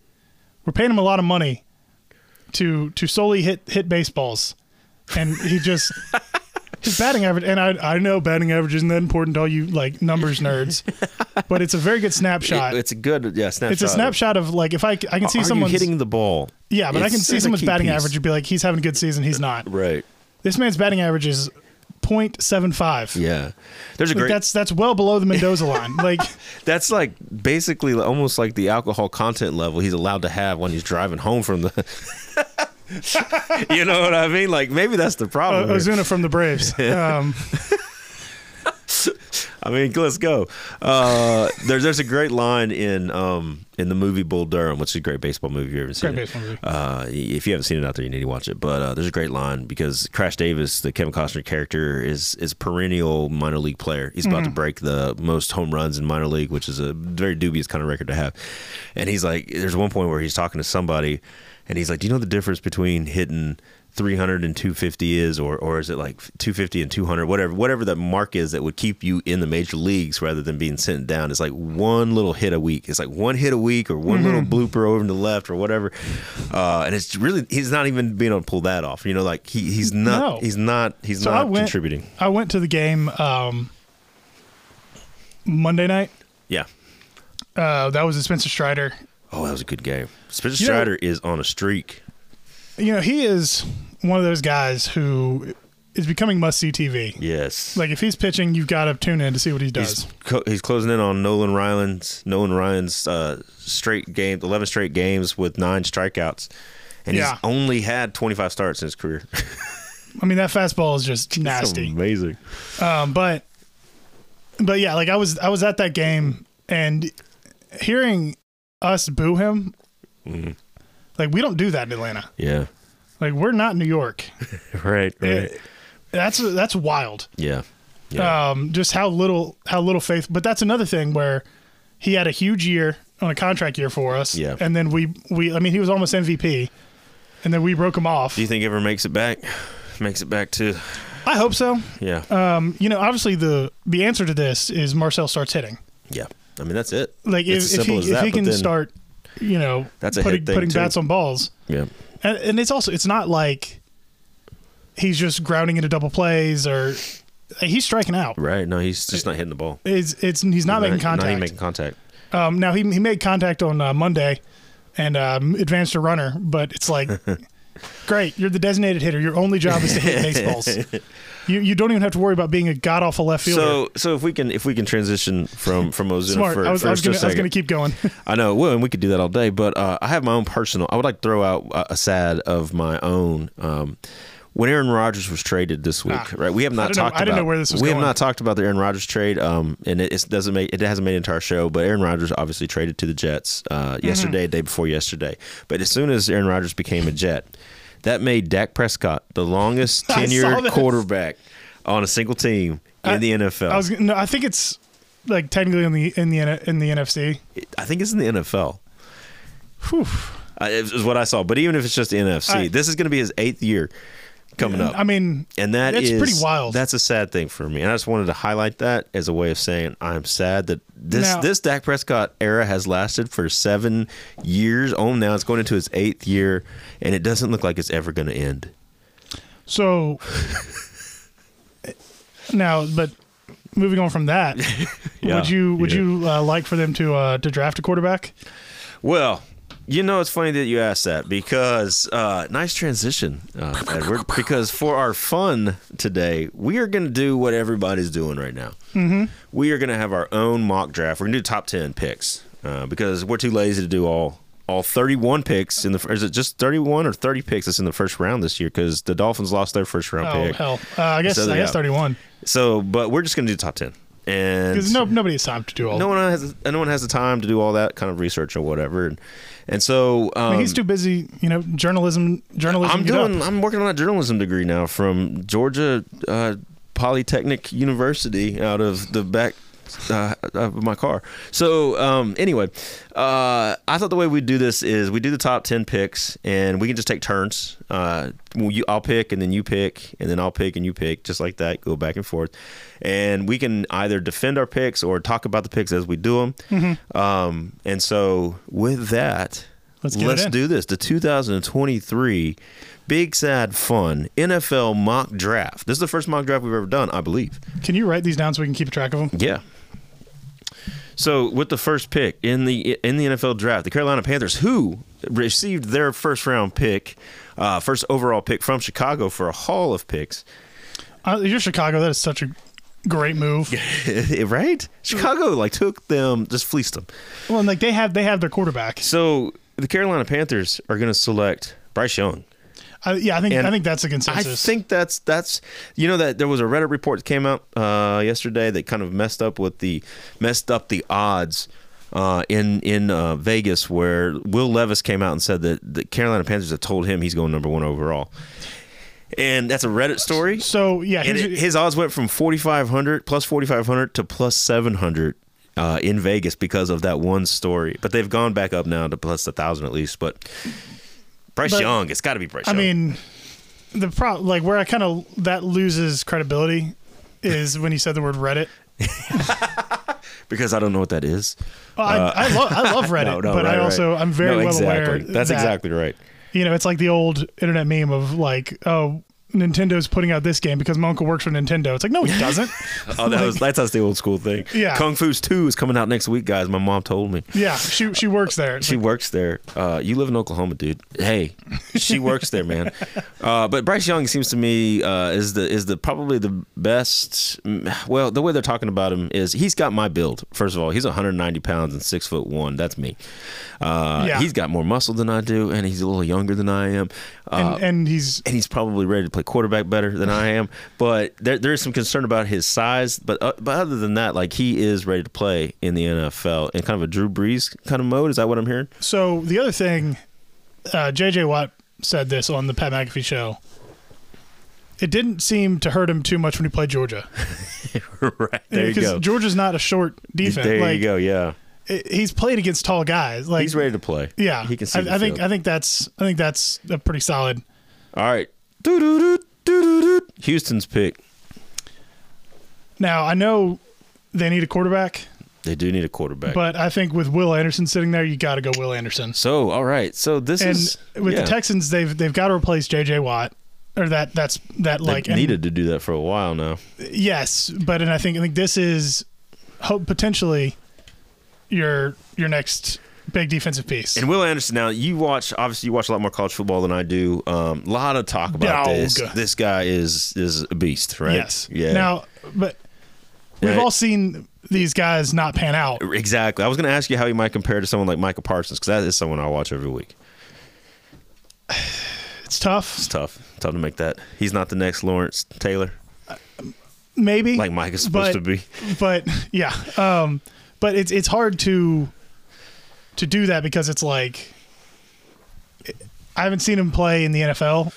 Speaker 2: we're paying him a lot of money to to solely hit hit baseballs, and he just his batting average. And I I know batting average isn't that important to all you like numbers nerds, but it's a very good snapshot.
Speaker 1: It- it's a good yeah snapshot.
Speaker 2: it's a snapshot of like if I, c- I can see
Speaker 1: Are you
Speaker 2: someone's
Speaker 1: hitting the ball?
Speaker 2: yeah, but I
Speaker 1: It's-
Speaker 2: can see
Speaker 1: it's a
Speaker 2: someone's
Speaker 1: key
Speaker 2: batting
Speaker 1: piece.
Speaker 2: average and be like he's having a good season, he's not.
Speaker 1: Right.
Speaker 2: This man's batting average is 0.75.
Speaker 1: Yeah. There's a
Speaker 2: Like
Speaker 1: great
Speaker 2: that's that's well below the Mendoza line. Like
Speaker 1: That's like basically almost like the alcohol content level he's allowed to have when he's driving home from the. you know what I mean? Like maybe that's the
Speaker 2: O-
Speaker 1: problem. here.
Speaker 2: Ozuna from the Braves. Um,
Speaker 1: I mean, let's go. Uh, there's there's a great line in um in the movie Bull Durham, which is a great baseball movie. If you haven't seen
Speaker 2: Great
Speaker 1: it,
Speaker 2: baseball movie.
Speaker 1: Uh, if you haven't seen it out there, you need to watch it. But uh, there's a great line because Crash Davis, the Kevin Costner character, is is perennial minor league player. He's
Speaker 2: Mm-hmm.
Speaker 1: about to break the most home runs in minor league, which is a very dubious kind of record to have. And he's like, there's one point where he's talking to somebody, and he's like, "Do you know the difference between hitting?" 300 and 250 is or or is it like 250 and 200 whatever whatever that mark is that would keep you in the major leagues rather than being sent down it's like one little hit a week it's like one hit a week or one
Speaker 2: Mm-hmm.
Speaker 1: little blooper over to the left or whatever uh, and it's really he's not even being able to pull that off you know like he, he's not
Speaker 2: No.
Speaker 1: he's not he's
Speaker 2: so I
Speaker 1: not
Speaker 2: went
Speaker 1: contributing
Speaker 2: I went to the game um, Monday night.
Speaker 1: yeah
Speaker 2: Uh, that was a Spencer Strider.
Speaker 1: oh that was a good game Spencer
Speaker 2: You know-
Speaker 1: Strider is on a streak
Speaker 2: You know, he is one of those guys who is becoming must see TV.
Speaker 1: Yes.
Speaker 2: Like if he's pitching, you've got to tune in to see what he does.
Speaker 1: He's, co- he's closing in on Nolan Ryan's Nolan Ryan's uh, straight game, eleven straight games with nine strikeouts, and
Speaker 2: Yeah.
Speaker 1: he's only had twenty five starts in his career.
Speaker 2: I mean, that fastball is just nasty.
Speaker 1: amazing.
Speaker 2: Um, but but yeah, like I was I was at that game and hearing us boo him,
Speaker 1: Mm-hmm.
Speaker 2: like we don't do that in Atlanta.
Speaker 1: Yeah.
Speaker 2: Like we're not New York.
Speaker 1: Right. Right.
Speaker 2: It- that's that's wild.
Speaker 1: yeah. Yeah.
Speaker 2: Um, just how little how little faith. But that's another thing where he had a huge year on a contract year for us.
Speaker 1: Yeah.
Speaker 2: And then we we I mean he was almost MVP, and then we broke him off.
Speaker 1: Do you think ever makes it back? Makes it back to
Speaker 2: I hope so.
Speaker 1: yeah.
Speaker 2: Um, you know, obviously the the answer to this is Marcel starts hitting.
Speaker 1: yeah. I mean that's it.
Speaker 2: Like
Speaker 1: It's as
Speaker 2: if, if he
Speaker 1: simple
Speaker 2: if
Speaker 1: as that,
Speaker 2: he
Speaker 1: but
Speaker 2: can
Speaker 1: then-
Speaker 2: start, you know,
Speaker 1: That's a
Speaker 2: putting
Speaker 1: hit thing,
Speaker 2: putting
Speaker 1: too.
Speaker 2: bats on balls,
Speaker 1: Yeah.
Speaker 2: and, and it's also it's not like he's just grounding into double plays or he's striking out.
Speaker 1: Right. No, he's just not hitting the ball.
Speaker 2: It's it's he's not making
Speaker 1: Not
Speaker 2: contact.
Speaker 1: even making contact.
Speaker 2: um, now he he made contact on uh, Monday and um, advanced a runner, but it's like. Great, you're the designated hitter. Your only job is to hit baseballs. You you don't even have to worry about being a god awful left fielder.
Speaker 1: So so if we can if we can transition from from Ozuna
Speaker 2: Smart.
Speaker 1: for
Speaker 2: I was, I was
Speaker 1: first
Speaker 2: gonna,
Speaker 1: to
Speaker 2: I was
Speaker 1: second.
Speaker 2: gonna keep going.
Speaker 1: I know. Well, and we could do that all day, but uh, I have my own personal. I would like to throw out uh, a, a sad of my own. Um, when Aaron Rodgers was traded this week,
Speaker 2: Ah.
Speaker 1: right? We have not
Speaker 2: I don't know-
Speaker 1: talked.
Speaker 2: I
Speaker 1: about,
Speaker 2: didn't know where this was
Speaker 1: We have
Speaker 2: going.
Speaker 1: not talked about the Aaron Rodgers trade, um, and it, it doesn't make it hasn't made an entire show. But Aaron Rodgers obviously traded to the Jets
Speaker 2: Mm-hmm.
Speaker 1: uh, yesterday, day before yesterday. But as soon as Aaron Rodgers became a Jet, that made Dak Prescott the longest
Speaker 2: I saw
Speaker 1: tenured
Speaker 2: this.
Speaker 1: quarterback on a single team in
Speaker 2: I-
Speaker 1: the NFL.
Speaker 2: I was gonna- no, I think it's like technically in the in the N- in the NFC.
Speaker 1: I think it's in the NFL.
Speaker 2: Whew.
Speaker 1: I- is is what I saw. But even if it's just the NFC,
Speaker 2: I-
Speaker 1: this is going to be his eighth year coming up,
Speaker 2: I mean,
Speaker 1: and that
Speaker 2: it's pretty
Speaker 1: is-
Speaker 2: wild.
Speaker 1: That's a sad thing for me, and I just wanted to highlight that as a way of saying I'm sad that this
Speaker 2: Now-
Speaker 1: this Dak Prescott era has lasted for seven years. Oh, now it's going into its eighth year, and it doesn't look like it's ever going to end.
Speaker 2: so now, but moving on from that,
Speaker 1: Yeah,
Speaker 2: would you would
Speaker 1: yeah.
Speaker 2: you uh, like for them to uh, to draft a quarterback?
Speaker 1: Well. You know, it's funny that you asked that because uh, nice transition, uh, Edward. Because for our fun today, we are going to do what everybody's doing right now. Mm-hmm. We are going to have our own mock draft. We're going to do top ten picks uh, because we're too lazy to do all all thirty one picks in the. Or is it just thirty one or thirty picks that's in the first round this year? Because the Dolphins lost their first round
Speaker 2: Oh
Speaker 1: pick.
Speaker 2: hell, uh, I guess
Speaker 1: So,
Speaker 2: I guess
Speaker 1: yeah.
Speaker 2: thirty one
Speaker 1: So, but we're just going to do top ten, and
Speaker 2: because no nobody has time to do all.
Speaker 1: no
Speaker 2: No,
Speaker 1: one has no one has the time to do all that kind of research or whatever. And, and so um,
Speaker 2: he's too busy. You know, journalism journalism.
Speaker 1: I'm
Speaker 2: get up.
Speaker 1: doing. I'm working on a journalism degree now from Georgia uh, Polytechnic University out of the back uh, of my car. So um, anyway, uh, I thought the way we do this is we do the top ten picks, and we can just take turns. Uh, well, you, I'll pick, and then you pick, and then I'll pick, and you pick, just like that. Go back and forth, and we can either defend our picks or talk about the picks as we do them. Um, and so with that.
Speaker 2: Mm-hmm. Let's get it in.
Speaker 1: do this. The 2023 Big Sad Fun NFL mock draft. This is the first mock draft we've ever done, I believe.
Speaker 2: Can you write these down so we can keep track of them?
Speaker 1: Yeah. So with the first pick in the in the NFL draft, the Carolina Panthers, who received their first round pick, uh, first overall pick from Chicago for a haul of picks,
Speaker 2: Uh, you're Chicago. That is such a great move.
Speaker 1: eh, right? Chicago like took them, just fleeced them.
Speaker 2: Well, and like they have they have their quarterback.
Speaker 1: So the Carolina Panthers are going to select Bryce Young.
Speaker 2: I, yeah, I think
Speaker 1: And
Speaker 2: I think that's a
Speaker 1: I
Speaker 2: consensus.
Speaker 1: think that's that's you know that there was a Reddit report that came out uh, yesterday that kind of messed up with the messed up the odds uh, in in uh, Vegas where Will Levis came out and said that the Carolina Panthers have told him he's going number one overall, and that's a Reddit story.
Speaker 2: so. Yeah,
Speaker 1: And
Speaker 2: here's-
Speaker 1: it, his odds went from forty five hundred plus forty five hundred to plus seven hundred. Uh, in Vegas because of that one story, but they've gone back up now to plus a thousand at least. But Bryce
Speaker 2: But-
Speaker 1: Young, it's got to be Bryce
Speaker 2: I
Speaker 1: Young.
Speaker 2: mean, the problem, like where I kind of that loses credibility, is when you said the word Reddit.
Speaker 1: because I don't know what that is. Uh,
Speaker 2: Well, I, I, lo- I love Reddit,
Speaker 1: No, no,
Speaker 2: but
Speaker 1: right,
Speaker 2: I
Speaker 1: right.
Speaker 2: also I'm very
Speaker 1: No,
Speaker 2: well
Speaker 1: exactly.
Speaker 2: aware.
Speaker 1: That's
Speaker 2: that,
Speaker 1: exactly right.
Speaker 2: You know, it's like the old internet meme of like, oh, Nintendo's putting out this game because my uncle works for Nintendo. It's like, no, he doesn't.
Speaker 1: Oh, that was that's, that's the old school thing.
Speaker 2: Yeah.
Speaker 1: Kung Fu's two is coming out next week, guys. My mom told me
Speaker 2: yeah, she she works there. It's
Speaker 1: she
Speaker 2: like,
Speaker 1: works there. Uh, you live in Oklahoma, dude. Hey, she works there, man. Uh, but Bryce Young seems to me uh, is the is the probably the best. Well, the way they're talking about him is he's got my build. First of all, he's 190 pounds and six foot one. That's me. Uh,
Speaker 2: Yeah.
Speaker 1: He's got more muscle than I do, and he's a little younger than I am. Uh,
Speaker 2: and, and he's
Speaker 1: and he's probably ready to play quarterback better than I am. But there, there is some concern about his size. But uh, but other than that, like he is ready to play in the NFL in kind of a Drew Brees kind of mode. Is that what I'm hearing?
Speaker 2: So the other thing, uh, JJ Watt said this on the Pat McAfee show. It didn't seem to hurt him too much when he played Georgia.
Speaker 1: right there you go.
Speaker 2: Georgia's not a short defense.
Speaker 1: there
Speaker 2: like,
Speaker 1: you go. Yeah,
Speaker 2: it- he's played against tall guys. Like
Speaker 1: he's ready to play.
Speaker 2: Yeah,
Speaker 1: he can see.
Speaker 2: I,
Speaker 1: the
Speaker 2: I think
Speaker 1: field.
Speaker 2: I think that's I think that's a pretty solid.
Speaker 1: All right. Doo-doo-doo, doo-doo-doo. Houston's pick.
Speaker 2: Now I know they need a quarterback,
Speaker 1: They do need a quarterback.
Speaker 2: but I think with Will Anderson sitting there, you got to go Will Anderson.
Speaker 1: so all right. So this
Speaker 2: And
Speaker 1: is
Speaker 2: with
Speaker 1: yeah,
Speaker 2: the Texans, they've they've got to replace J.J. Watt, or that that's that
Speaker 1: they
Speaker 2: like and-
Speaker 1: needed to do that for a while now.
Speaker 2: Yes, but and I think I think this is hope potentially your your next big defensive piece.
Speaker 1: And Will Anderson, now you watch obviously you watch a lot more college football than I do. A um, lot of talk about
Speaker 2: Dog.
Speaker 1: this. This guy is is a beast, right?
Speaker 2: Yes.
Speaker 1: Yeah.
Speaker 2: Now, but we've
Speaker 1: Yeah.
Speaker 2: all seen these guys not pan out.
Speaker 1: exactly. I was going to ask you how he might compare to someone like Michael Parsons because that is someone I watch every week.
Speaker 2: It's tough,
Speaker 1: It's tough, tough to make that. He's not the next Lawrence Taylor
Speaker 2: maybe.
Speaker 1: like Mike is supposed
Speaker 2: But-
Speaker 1: to be.
Speaker 2: but yeah, um, but it's it's hard to to do that because it's like I haven't seen him play in the NFL,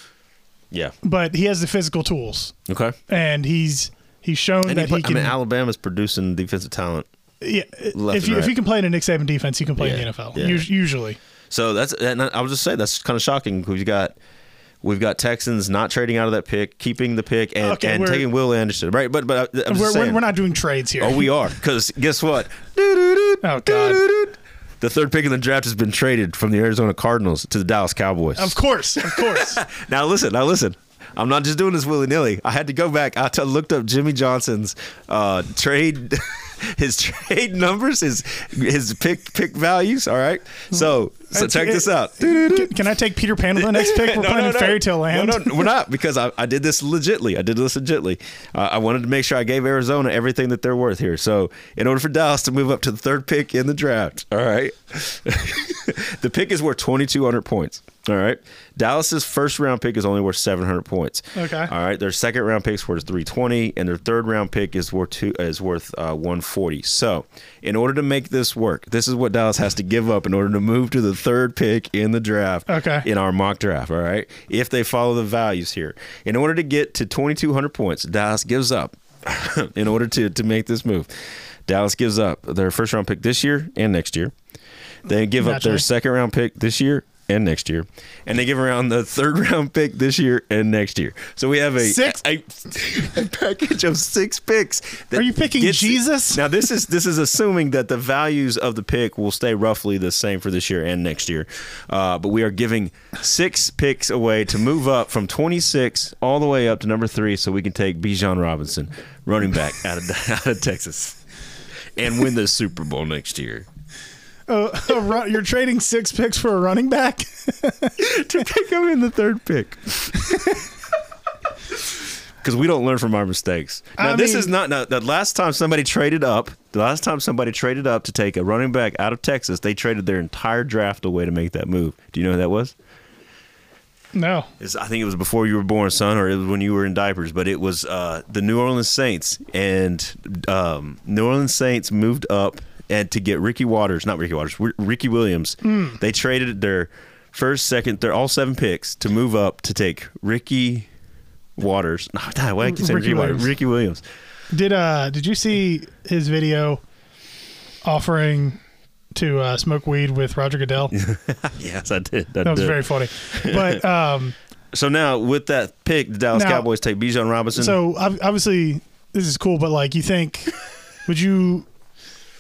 Speaker 1: Yeah.
Speaker 2: but he has the physical tools
Speaker 1: Okay.
Speaker 2: and he's he's shown
Speaker 1: And
Speaker 2: that
Speaker 1: he
Speaker 2: he,
Speaker 1: put,
Speaker 2: can.
Speaker 1: I mean, Alabama's producing defensive talent.
Speaker 2: Yeah,
Speaker 1: Left
Speaker 2: if
Speaker 1: and
Speaker 2: you,
Speaker 1: right.
Speaker 2: if you can play in a Nick Saban defense, you can play
Speaker 1: Yeah,
Speaker 2: in the NFL.
Speaker 1: yeah.
Speaker 2: Us- usually,
Speaker 1: So that's and I was just saying that's kind of shocking. We've got we've got Texans not trading out of that pick, keeping the pick, and,
Speaker 2: Okay,
Speaker 1: and
Speaker 2: we're-
Speaker 1: taking Will Anderson. Right, but but I, I'm just
Speaker 2: we're,
Speaker 1: saying,
Speaker 2: we're, we're not doing trades here.
Speaker 1: Oh, we are because guess what? Doo-doo-doo,
Speaker 2: Oh, God.
Speaker 1: doo-doo-doo. The third pick in the draft has been traded from the Arizona Cardinals to the Dallas Cowboys.
Speaker 2: of course, of course.
Speaker 1: Now listen, now listen. I'm not just doing this willy nilly. I had to go back. I t- looked up Jimmy Johnson's uh, trade, his trade numbers, his his pick pick values. All right. So so check this out.
Speaker 2: can, can I take Peter Pan with the next pick? We're playing in Fairy Tale Land.
Speaker 1: No, no, we're not because I, I did this legitly. I did this legitly. Uh, I wanted to make sure I gave Arizona everything that they're worth here. So, in order for Dallas to move up to the third pick in the draft, all right, the pick is worth 2,200 points. All right. Dallas's first round pick is only worth 700 points.
Speaker 2: Okay.
Speaker 1: All right. Their second round pick is worth 320, and their third round pick is worth two, is worth uh, 140. So, in order to make this work, this is what Dallas has to give up in order to move to the third pick in the draft
Speaker 2: Okay.
Speaker 1: in our mock draft. All right, if they follow the values here, in order to get to 2,200 points, Dallas gives up. in order to to make this move, Dallas gives up their first round pick this year and next year. They give up their
Speaker 2: Naturally.
Speaker 1: second round pick this year and next year, and they give around the third round pick this year and next year. So we have a
Speaker 2: Six?
Speaker 1: a, a package of six picks. that
Speaker 2: Are you picking
Speaker 1: gets-
Speaker 2: Jesus?
Speaker 1: Now this is this is assuming that the values of the pick will stay roughly the same for this year and next year, uh, but we are giving six picks away to move up from 26 all the way up to number three, so we can take Bijan Robinson, running back out of out of Texas, and win the Super Bowl next year.
Speaker 2: Uh, a run- you're trading six picks for a running back.
Speaker 1: to pick him in the third pick. Because we don't learn from our mistakes. Now
Speaker 2: I
Speaker 1: this
Speaker 2: mean-
Speaker 1: is not now, the last time somebody traded up. The last time somebody traded up to take a running back out of Texas, they traded their entire draft away to make that move. Do you know who that was?
Speaker 2: no,
Speaker 1: It's, I think it was before you were born, son, or it was when you were in diapers. But it was uh, the New Orleans Saints, and um, New Orleans Saints moved up and to get Ricky Waters, not Ricky Waters, R- Ricky Williams.
Speaker 2: Hmm.
Speaker 1: They traded their first, second, their all seven picks to move up to take Ricky Waters. No, God, why do I keep saying
Speaker 2: Ricky
Speaker 1: Ricky Waters?
Speaker 2: Williams.
Speaker 1: Ricky Williams.
Speaker 2: did uh did you see his video offering to uh, smoke weed with Roger Goodell?
Speaker 1: Yes, I did. I
Speaker 2: That was
Speaker 1: did.
Speaker 2: very funny. But um,
Speaker 1: so now with that pick, the Dallas
Speaker 2: Now-
Speaker 1: Cowboys take Bijan Robinson.
Speaker 2: so ob- obviously this is cool, but like you think, would you?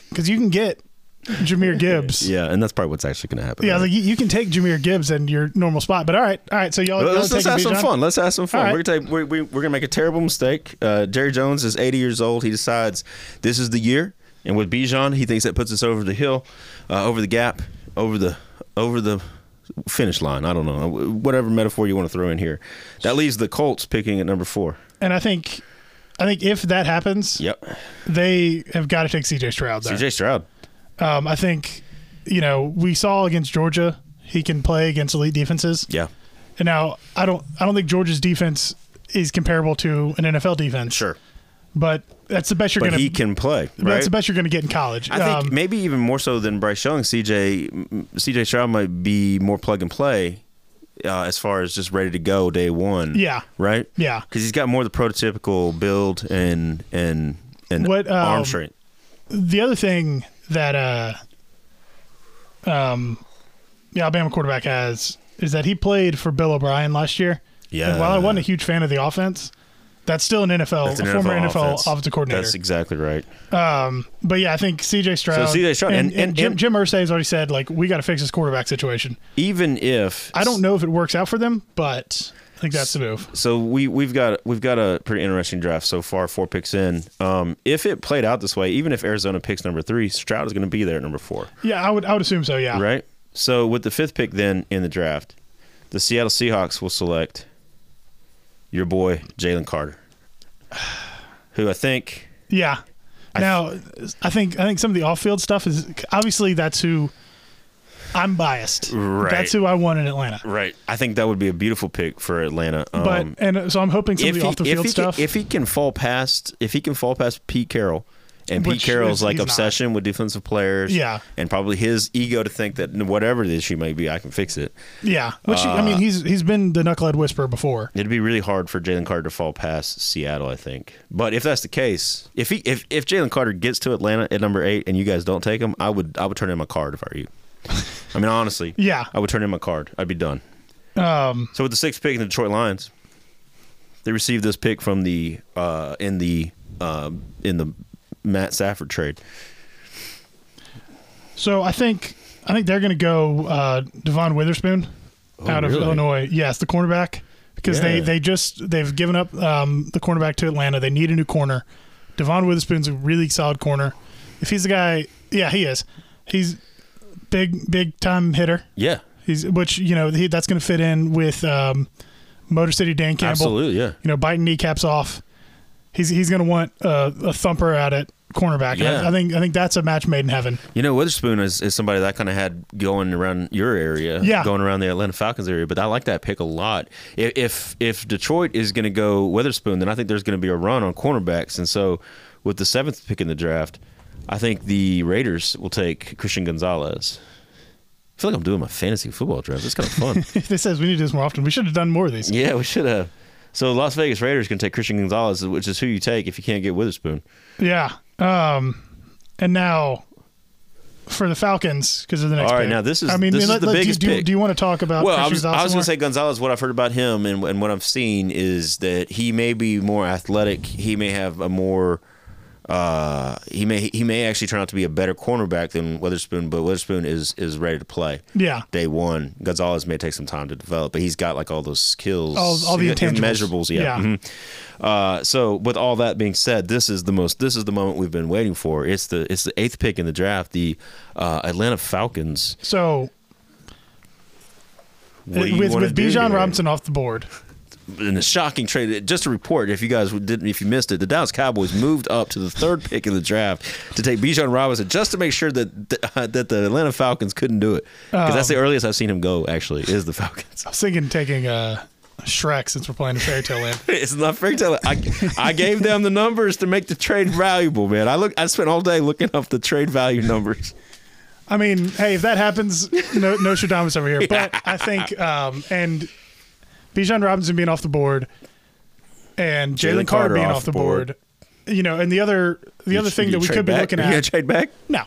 Speaker 2: Because you can get Jameer Gibbs.
Speaker 1: yeah, and that's probably what's actually going to happen.
Speaker 2: Yeah,
Speaker 1: right?
Speaker 2: like you, you can take Jameer Gibbs and your normal spot, but all right, all right. So y'all, y'all
Speaker 1: Let's, let's
Speaker 2: taking
Speaker 1: have some
Speaker 2: Bijan?
Speaker 1: fun. Let's have some fun.
Speaker 2: All
Speaker 1: We're gonna take, we, we, we're gonna make a terrible mistake. Uh, Jerry Jones is 80 years old. He decides this is the year, and with Bijan, he thinks that puts us over the hill, uh, over the gap, over the over the finish line. I don't know. Whatever metaphor you want to throw in here. That leaves the Colts picking at number four.
Speaker 2: And I think, I think if that happens,
Speaker 1: Yep.
Speaker 2: they have got to take CJ Stroud there.
Speaker 1: CJ Stroud.
Speaker 2: Um, I think, you know, we saw against Georgia he can play against elite defenses.
Speaker 1: Yeah.
Speaker 2: And now I don't I don't think Georgia's defense is comparable to an NFL defense.
Speaker 1: Sure.
Speaker 2: But that's the best you're
Speaker 1: But
Speaker 2: gonna
Speaker 1: he can play. Right?
Speaker 2: that's the best you're gonna get in college.
Speaker 1: I think
Speaker 2: um,
Speaker 1: maybe even more so than Bryce Young, CJ CJ Stroud might be more plug and play uh, as far as just ready to go day one.
Speaker 2: Yeah.
Speaker 1: Right.
Speaker 2: Yeah.
Speaker 1: Because he's got more of the prototypical build and and and
Speaker 2: What, um,
Speaker 1: arm strength.
Speaker 2: the other thing that uh um the Alabama quarterback has is that he played for Bill O'Brien last year.
Speaker 1: Yeah.
Speaker 2: And while I wasn't a huge fan of the offense, that's still an NFL,
Speaker 1: That's an
Speaker 2: a former NFL
Speaker 1: offense.
Speaker 2: offensive coordinator.
Speaker 1: That's exactly right.
Speaker 2: But yeah, I think CJ Stroud.
Speaker 1: So C.J. Stroud-
Speaker 2: and,
Speaker 1: and-
Speaker 2: and,
Speaker 1: and-
Speaker 2: Jim,
Speaker 1: and-
Speaker 2: Jim Irsay has already said like we got to fix this quarterback situation.
Speaker 1: Even if
Speaker 2: I don't know if it works out for them, but I think that's the move.
Speaker 1: so we we've got we've got a pretty interesting draft so far, four picks in. Um, if it played out this way, even if Arizona picks number three, Stroud is going to be there at number four,
Speaker 2: Yeah, I would I would assume so. Yeah,
Speaker 1: right? So with the fifth pick then in the draft, the Seattle Seahawks will select your boy Jalen Carter, who I think
Speaker 2: yeah. Now, I think I think some of the off-field stuff is obviously that's who I'm biased.
Speaker 1: Right. Um,
Speaker 2: That's who I want in Atlanta.
Speaker 1: right. I think that would be a beautiful pick for Atlanta.
Speaker 2: But
Speaker 1: Um,
Speaker 2: and so I'm hoping some of the
Speaker 1: if
Speaker 2: off-the-field
Speaker 1: he
Speaker 2: stuff.
Speaker 1: Can, if he can fall past, if he can fall past Pete Carroll, and Pete
Speaker 2: Which
Speaker 1: Carroll's
Speaker 2: is-
Speaker 1: like
Speaker 2: he's not.
Speaker 1: obsession with defensive players,
Speaker 2: Yeah.
Speaker 1: and probably his ego to think that whatever the issue may be, I can fix it.
Speaker 2: yeah, which I
Speaker 1: Uh,
Speaker 2: mean he's he's been the knucklehead whisperer before.
Speaker 1: It'd be really hard for Jalen Carter to fall past Seattle, I think. But if that's the case, if he if, if Jalen Carter gets to Atlanta at number eight and you guys don't take him, I would I would turn in my card if I were you. I mean, honestly,
Speaker 2: Yeah.
Speaker 1: I would turn in my card. I'd be done. Oh.
Speaker 2: Um,
Speaker 1: So with the sixth pick in the Detroit Lions, they received this pick from the uh, in the uh, in the Matt Safford trade.
Speaker 2: So I think I think they're going to go uh, Devon Witherspoon out of
Speaker 1: Oh, really?
Speaker 2: Illinois. Yes, the cornerback because they
Speaker 1: Yeah.
Speaker 2: they just they've given up um, the cornerback to Atlanta. They need a new corner. Devon Witherspoon's a really solid corner. If he's the guy, yeah, he is. He's big big time hitter.
Speaker 1: Yeah,
Speaker 2: He's which you know he, that's going to fit in with um, Motor City Dan Campbell.
Speaker 1: absolutely. Yeah,
Speaker 2: You know, biting kneecaps off. He's he's going to want uh, a thumper out at cornerback. And
Speaker 1: Yeah.
Speaker 2: I, I think I think that's a match made in heaven.
Speaker 1: you know Witherspoon is, is somebody that I kind of had going around your area.
Speaker 2: Yeah.
Speaker 1: going around the Atlanta Falcons area. But I like that pick a lot. If if, if Detroit is going to go Witherspoon, then I think there's going to be a run on cornerbacks. And so with the seventh pick in the draft, I think the Raiders will take Christian Gonzalez. I feel like I'm doing my fantasy football draft. It's kind of fun.
Speaker 2: this says we need to do this more often. We should have done more of these.
Speaker 1: Yeah, we should have. So Las Vegas Raiders can take Christian Gonzalez, which is who you take if you can't get Witherspoon.
Speaker 2: Yeah. Um, and now for the Falcons because of the next.
Speaker 1: All right,
Speaker 2: pick.
Speaker 1: now this is-
Speaker 2: I mean,
Speaker 1: this is
Speaker 2: let-
Speaker 1: the
Speaker 2: let- do-
Speaker 1: biggest
Speaker 2: do,
Speaker 1: pick.
Speaker 2: Do you want to talk about?
Speaker 1: Well, I
Speaker 2: Christian
Speaker 1: was, I was
Speaker 2: Dawson
Speaker 1: going to say Gonzalez. What I've heard about him and, and what I've seen is that he may be more athletic. He may have a more. Uh, he may he may actually turn out to be a better cornerback than Witherspoon, but Witherspoon is is ready to play.
Speaker 2: Yeah.
Speaker 1: day one. Gonzalez may take some time to develop, but he's got like all those skills,
Speaker 2: All- all the
Speaker 1: his
Speaker 2: intangibles.
Speaker 1: measurables. Yeah.
Speaker 2: Yeah.
Speaker 1: Mhm. Uh, so with all that being said, this is the most this is the moment we've been waiting for. It's the it's the eighth pick in the draft. The uh, Atlanta Falcons.
Speaker 2: So
Speaker 1: What do you
Speaker 2: Uh, with
Speaker 1: wanna
Speaker 2: with
Speaker 1: do
Speaker 2: Bijan
Speaker 1: here?
Speaker 2: Robinson off the board.
Speaker 1: in a shocking trade. Just a report, if you guys didn't, if you missed it, the Dallas Cowboys moved up to the third pick in the draft to take Bijan Robinson just to make sure that that the Atlanta Falcons couldn't do it because that's
Speaker 2: Um.
Speaker 1: the earliest I've seen him go. Actually, is the Falcons.
Speaker 2: I was thinking taking uh, Shrek since we're playing in Fairy Tale Land.
Speaker 1: It's not fair to I, I gave them the numbers to make the trade valuable, man. I look. I spent all day looking up the trade value numbers.
Speaker 2: I mean, hey, if that happens, no, no Shadamas over here. But I think, um, and Bijan Robinson being off the board, and Jalen Carter, being off the board, you know, and the other the other thing that we could be looking
Speaker 1: You gonna
Speaker 2: at,
Speaker 1: trade back?
Speaker 2: no,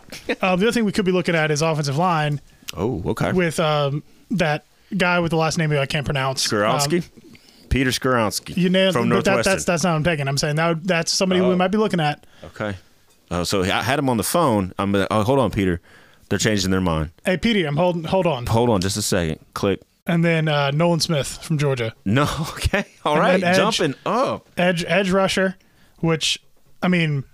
Speaker 2: um, the other thing we could be looking at is offensive line
Speaker 1: Oh, okay.
Speaker 2: with um, that guy with the last name that I can't pronounce,
Speaker 1: Skoronsky,
Speaker 2: Um,
Speaker 1: Peter Skoronsky,
Speaker 2: you know,
Speaker 1: from
Speaker 2: but
Speaker 1: Northwestern.
Speaker 2: that, that's that's not what I'm picking. I'm saying that that's somebody we
Speaker 1: Oh.
Speaker 2: might be looking at.
Speaker 1: Okay. Oh, so I had him on the phone. I'm gonna, oh, hold on, Peter. They're changing their mind.
Speaker 2: Hey, Petey, I'm holding hold on,
Speaker 1: Hold on, just a second. Click.
Speaker 2: and then uh, Nolan Smith from Georgia.
Speaker 1: No. Okay. All right.
Speaker 2: then edge.
Speaker 1: Jumping up.
Speaker 2: edge edge rusher, which I mean,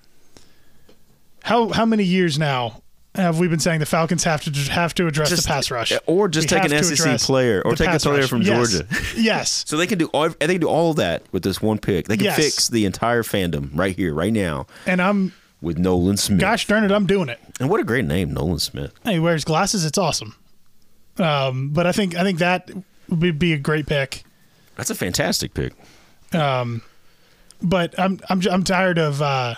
Speaker 2: how how many years now have we been saying the Falcons have to have to address the pass rush,
Speaker 1: or just
Speaker 2: We
Speaker 1: take an
Speaker 2: have to
Speaker 1: SEC
Speaker 2: address
Speaker 1: player, or
Speaker 2: the
Speaker 1: take a
Speaker 2: pass
Speaker 1: player
Speaker 2: rush.
Speaker 1: from
Speaker 2: Yes.
Speaker 1: Georgia.
Speaker 2: yes,
Speaker 1: So they can do all they can do all of that with this one pick. They can
Speaker 2: Yes.
Speaker 1: fix the entire fandom right here, right now,
Speaker 2: and I'm
Speaker 1: with Nolan Smith.
Speaker 2: gosh darn it, I'm doing it.
Speaker 1: And what a great name, Nolan Smith.
Speaker 2: He wears glasses. It's awesome. Um, but I think I think that would be a great pick.
Speaker 1: That's a fantastic pick.
Speaker 2: But I'm I'm j- I'm tired of uh,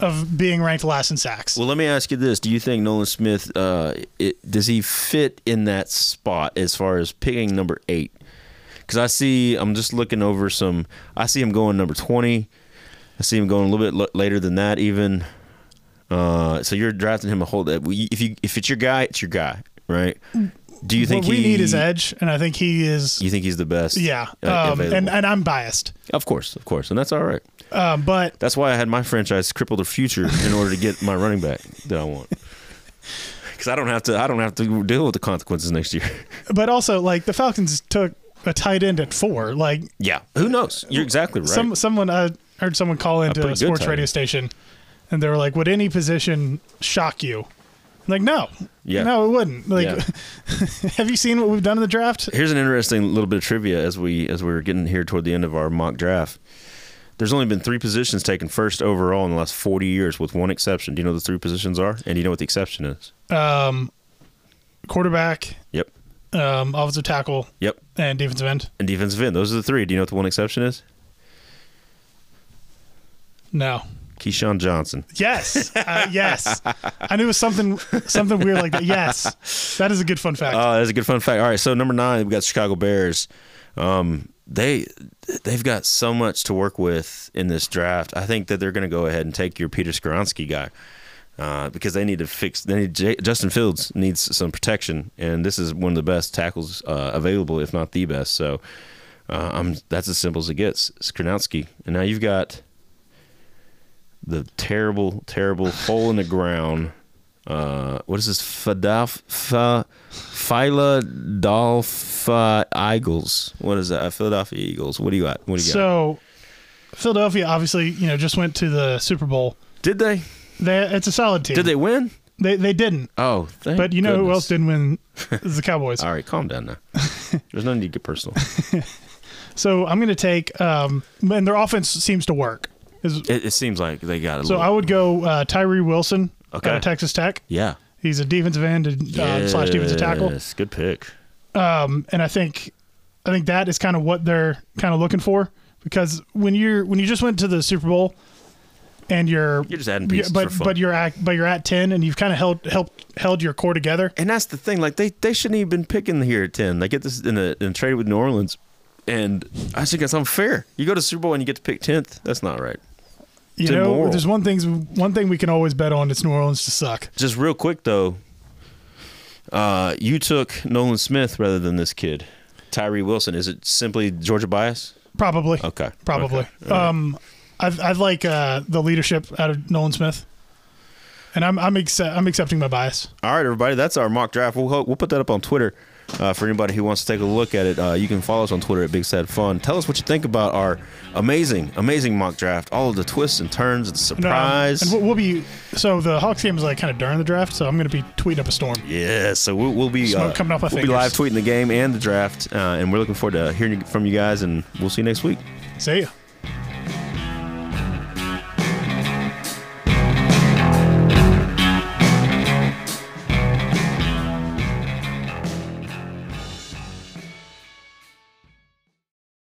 Speaker 2: of being ranked last in sacks.
Speaker 1: Well, let me ask you this: Do you think Nolan Smith uh, it, does he fit in that spot as far as picking number eight? Because I see, I'm just looking over some. I see him going number twenty. I see him going a little bit l- later than that, even. Uh, so you're drafting him a whole. If you if it's your guy, it's your guy, right? Do you think
Speaker 2: Mm, what we
Speaker 1: he,
Speaker 2: need is edge, and I think he is.
Speaker 1: You think he's the best?
Speaker 2: Yeah,
Speaker 1: uh,
Speaker 2: um,
Speaker 1: available?
Speaker 2: and and I'm biased,
Speaker 1: of course, of course, and that's all right.
Speaker 2: um, but
Speaker 1: That's why I had my franchise cripple the future in order to get my running back that I want. Because I don't have to. I don't have to deal with the consequences next year.
Speaker 2: but also like the Falcons took a tight end at four. Like
Speaker 1: yeah. Who knows? You're exactly right.
Speaker 2: some someone I heard someone call into
Speaker 1: pretty
Speaker 2: a
Speaker 1: good
Speaker 2: sports
Speaker 1: tight
Speaker 2: radio
Speaker 1: end.
Speaker 2: station, and they were like, "Would any position shock you?" I'm like no,
Speaker 1: Yeah.
Speaker 2: no, it wouldn't. Like,
Speaker 1: Yeah.
Speaker 2: have you seen what we've done in the draft?
Speaker 1: Here's an interesting little bit of trivia as we as we were getting here toward the end of our mock draft. There's only been three positions taken first overall in the last 40 years, with one exception. Do you know what the three positions are? And do you know what the exception is?
Speaker 2: Um, quarterback,
Speaker 1: Yep.
Speaker 2: um, offensive tackle,
Speaker 1: Yep.
Speaker 2: and defensive end.
Speaker 1: And defensive end. Those are the three. Do you know what the one exception is?
Speaker 2: No.
Speaker 1: Keyshawn Johnson.
Speaker 2: Yes. Uh, yes. I knew it was something something weird like that. Yes. That is a good fun fact.
Speaker 1: Oh, that's a good fun fact. All right, so number nine, we've got Chicago Bears. Um, they they've got so much to work with in this draft. I think that they're going to go ahead and take your Peter Skoronsky guy uh, because they need to fix. They need J- Justin Fields needs some protection, and this is one of the best tackles uh, available, if not the best. So, uh, I'm that's as simple as it gets. Skoronsky, and now you've got the terrible, terrible hole in the ground. Uh, what is this? Fadaf, fa, Philadelphia Eagles. What is that? Philadelphia Eagles. What do you got? What do you got?
Speaker 2: so Philadelphia obviously, you know, just went to the Super Bowl.
Speaker 1: Did they?
Speaker 2: They, it's a solid team.
Speaker 1: Did they win?
Speaker 2: They, they didn't.
Speaker 1: Oh, thank
Speaker 2: But you know who
Speaker 1: goodness.
Speaker 2: else didn't win? Is the Cowboys.
Speaker 1: All right, calm down now. There's no need to get personal.
Speaker 2: So I'm going to take, um, and their offense seems to work. Is-
Speaker 1: It, it seems like they got a
Speaker 2: So
Speaker 1: little.
Speaker 2: I would go uh, Tyree Wilson out
Speaker 1: Okay.
Speaker 2: of Texas Tech.
Speaker 1: yeah.
Speaker 2: He's a defensive end and, uh, slash defensive tackle.
Speaker 1: Yes, Good pick.
Speaker 2: um, and I think I think that is kind of what they're kind of looking for because when you're when you just went to the Super Bowl and you're
Speaker 1: You're just adding pieces
Speaker 2: but
Speaker 1: for fun.
Speaker 2: but you're at but you're at ten and you've kind of held helped held your core together.
Speaker 1: And that's the thing. Like they, they shouldn't even been picking here at ten. They get this in a, in a trade with New Orleans, and I think that's unfair. You go to Super Bowl and you get to pick tenth. That's not right.
Speaker 2: You
Speaker 1: It's
Speaker 2: know,
Speaker 1: immoral.
Speaker 2: there's one things one thing we can always bet on it's New Orleans to suck.
Speaker 1: Just real quick though, uh, you took Nolan Smith rather than this kid, Tyree Wilson. Is it simply Georgia bias?
Speaker 2: Probably,
Speaker 1: Okay,
Speaker 2: probably.
Speaker 1: Okay.
Speaker 2: Um, I've I've like uh, the leadership out of Nolan Smith, and I'm I'm accept, I'm accepting my bias.
Speaker 1: All right, everybody, that's our mock draft. We'll, ho- we'll put that up on Twitter uh, for anybody who wants to take a look at it. Uh, you can follow us on Twitter at Big Sad Fun. Tell us what you think about our amazing, amazing mock draft. All of the twists and turns and
Speaker 2: No, I'm-
Speaker 1: surprise.
Speaker 2: and we'll, we'll be so the Hawks game is like kind of during the draft, so I'm going to be tweeting up a storm.
Speaker 1: Yeah, so we'll, we'll be
Speaker 2: Smoke
Speaker 1: uh,
Speaker 2: coming off my
Speaker 1: we'll be
Speaker 2: fingers.
Speaker 1: live tweeting the game and the draft, uh, and we're looking forward to hearing from you guys, and we'll see you next week.
Speaker 2: See ya.